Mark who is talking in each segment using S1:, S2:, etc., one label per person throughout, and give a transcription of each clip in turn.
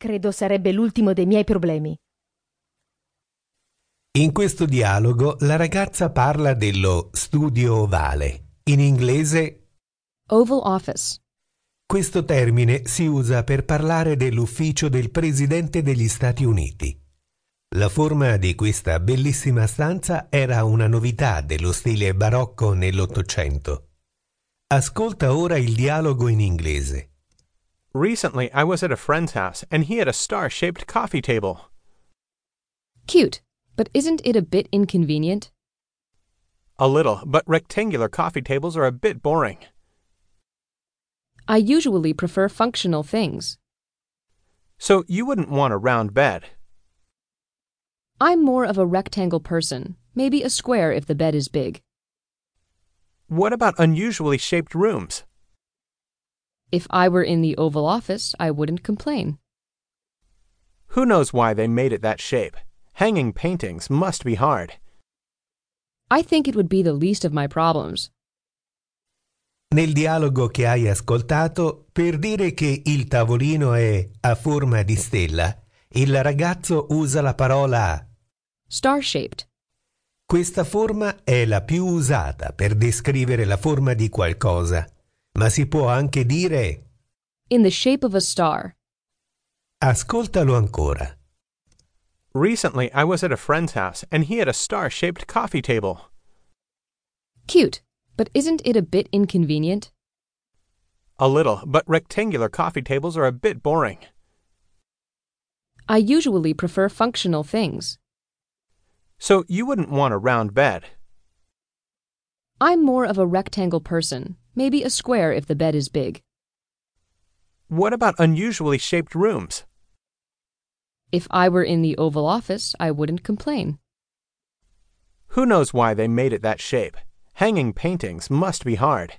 S1: Credo sarebbe l'ultimo dei miei problemi.
S2: In questo dialogo la ragazza parla dello studio ovale, in inglese
S3: Oval Office.
S2: Questo termine si usa per parlare dell'ufficio del Presidente degli Stati Uniti. La forma di questa bellissima stanza era una novità dello stile barocco nell'Ottocento. Ascolta ora il dialogo in inglese.
S4: Recently, I was at a friend's house and he had a star shaped coffee table.
S3: Cute, but isn't it a bit inconvenient?
S4: A little, but rectangular coffee tables are a bit boring.
S3: I usually prefer functional things.
S4: So you wouldn't want a round bed.
S3: I'm more of a rectangle person, maybe a square if the bed is big.
S4: What about unusually shaped rooms?
S3: If I were in the Oval Office, I wouldn't complain.
S4: Who knows why they made it that shape? Hanging paintings must be hard.
S3: I think it would be the least of my problems.
S2: Nel dialogo che hai ascoltato, per dire che il tavolino è a forma di stella, il ragazzo usa la parola
S3: Star shaped.
S2: Questa forma è la più usata per descrivere la forma di qualcosa, ma si può anche dire
S3: In the shape of a star.
S2: ascoltalo ancora.
S4: Recently, I was at a friend's house and he had a star shaped coffee table.
S3: Cute, but isn't it a bit inconvenient?
S4: A little, but rectangular coffee tables are a bit boring.
S3: I usually prefer functional things.
S4: So you wouldn't want a round bed.
S3: I'm more of a rectangle person, maybe a square if the bed is big.
S4: What about unusually shaped rooms?
S3: If I were in the Oval Office, I wouldn't complain.
S4: Who knows why they made it that shape? Hanging paintings must be hard.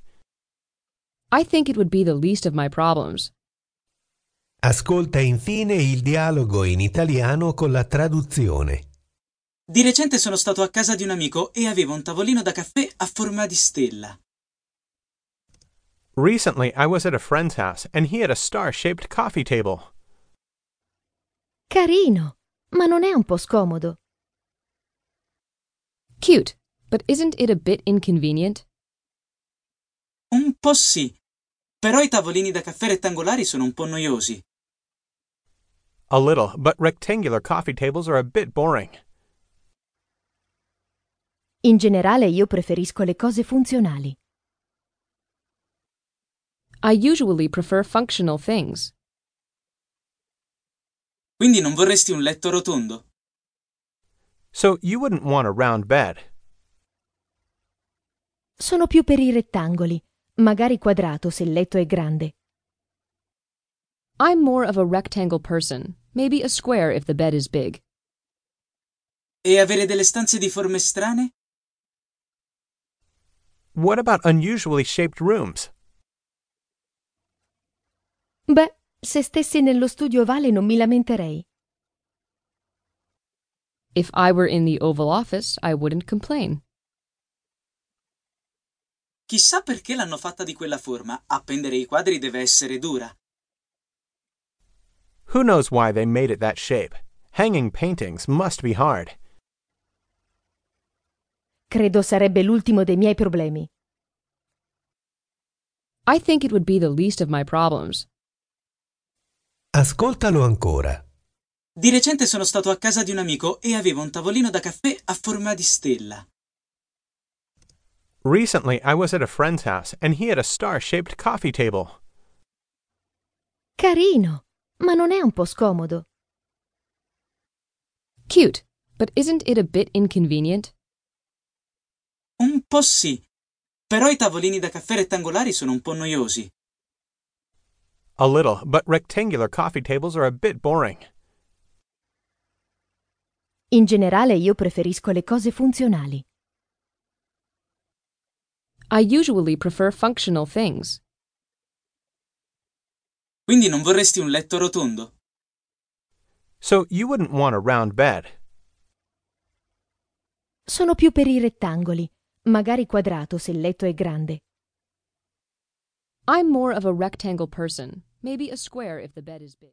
S3: I think it would be the least of my problems.
S2: Ascolta infine il dialogo in italiano con la traduzione.
S5: Di recente sono stato a casa di un amico e aveva un tavolino da caffè a forma di stella.
S4: Recently, I was at a friend's house and he had a star shaped coffee table.
S1: Carino, ma non è un po' scomodo.
S3: Cute, but isn't it a bit inconvenient?
S5: Un po' sì, però i tavolini da caffè rettangolari sono un po' noiosi.
S4: A little, but rectangular coffee tables are a bit boring.
S1: In generale io preferisco le cose funzionali.
S3: I usually prefer functional things.
S5: Quindi non vorresti un letto rotondo?
S4: So you wouldn't want a round bed.
S1: Sono più per i rettangoli, magari quadrato se il letto è grande.
S3: I'm more of a rectangle person, maybe a square if the bed is big.
S5: E avere delle stanze di forme strane?
S4: What about unusually shaped rooms?
S1: Beh, se stessi nello studio ovale non mi lamenterei.
S3: If I were in the Oval Office, I wouldn't complain.
S5: Chissà perché l'hanno fatta di quella forma, appendere i quadri deve essere dura.
S4: Who knows why they made it that shape? Hanging paintings must be hard.
S1: Credo sarebbe l'ultimo dei miei problemi.
S3: I think it would be the least of my problems.
S2: Ascoltalo ancora.
S5: Di recente sono stato a casa di un amico e aveva un tavolino da caffè a forma di stella.
S4: Recently, I was at a friend's house and he had a star shaped coffee table.
S1: Carino, ma non è un po' scomodo.
S3: Cute, but isn't it a bit inconvenient?
S5: Un po' sì, però i tavolini da caffè rettangolari sono un po' noiosi.
S4: A little, but rectangular coffee tables are a bit boring.
S1: In generale io preferisco le cose funzionali.
S3: I usually prefer functional things.
S5: Quindi non vorresti un letto rotondo?
S4: So you wouldn't want a round bed.
S1: Sono più per i rettangoli, magari quadrato se il letto è grande.
S3: I'm more of a rectangle person, maybe a square if the bed is big.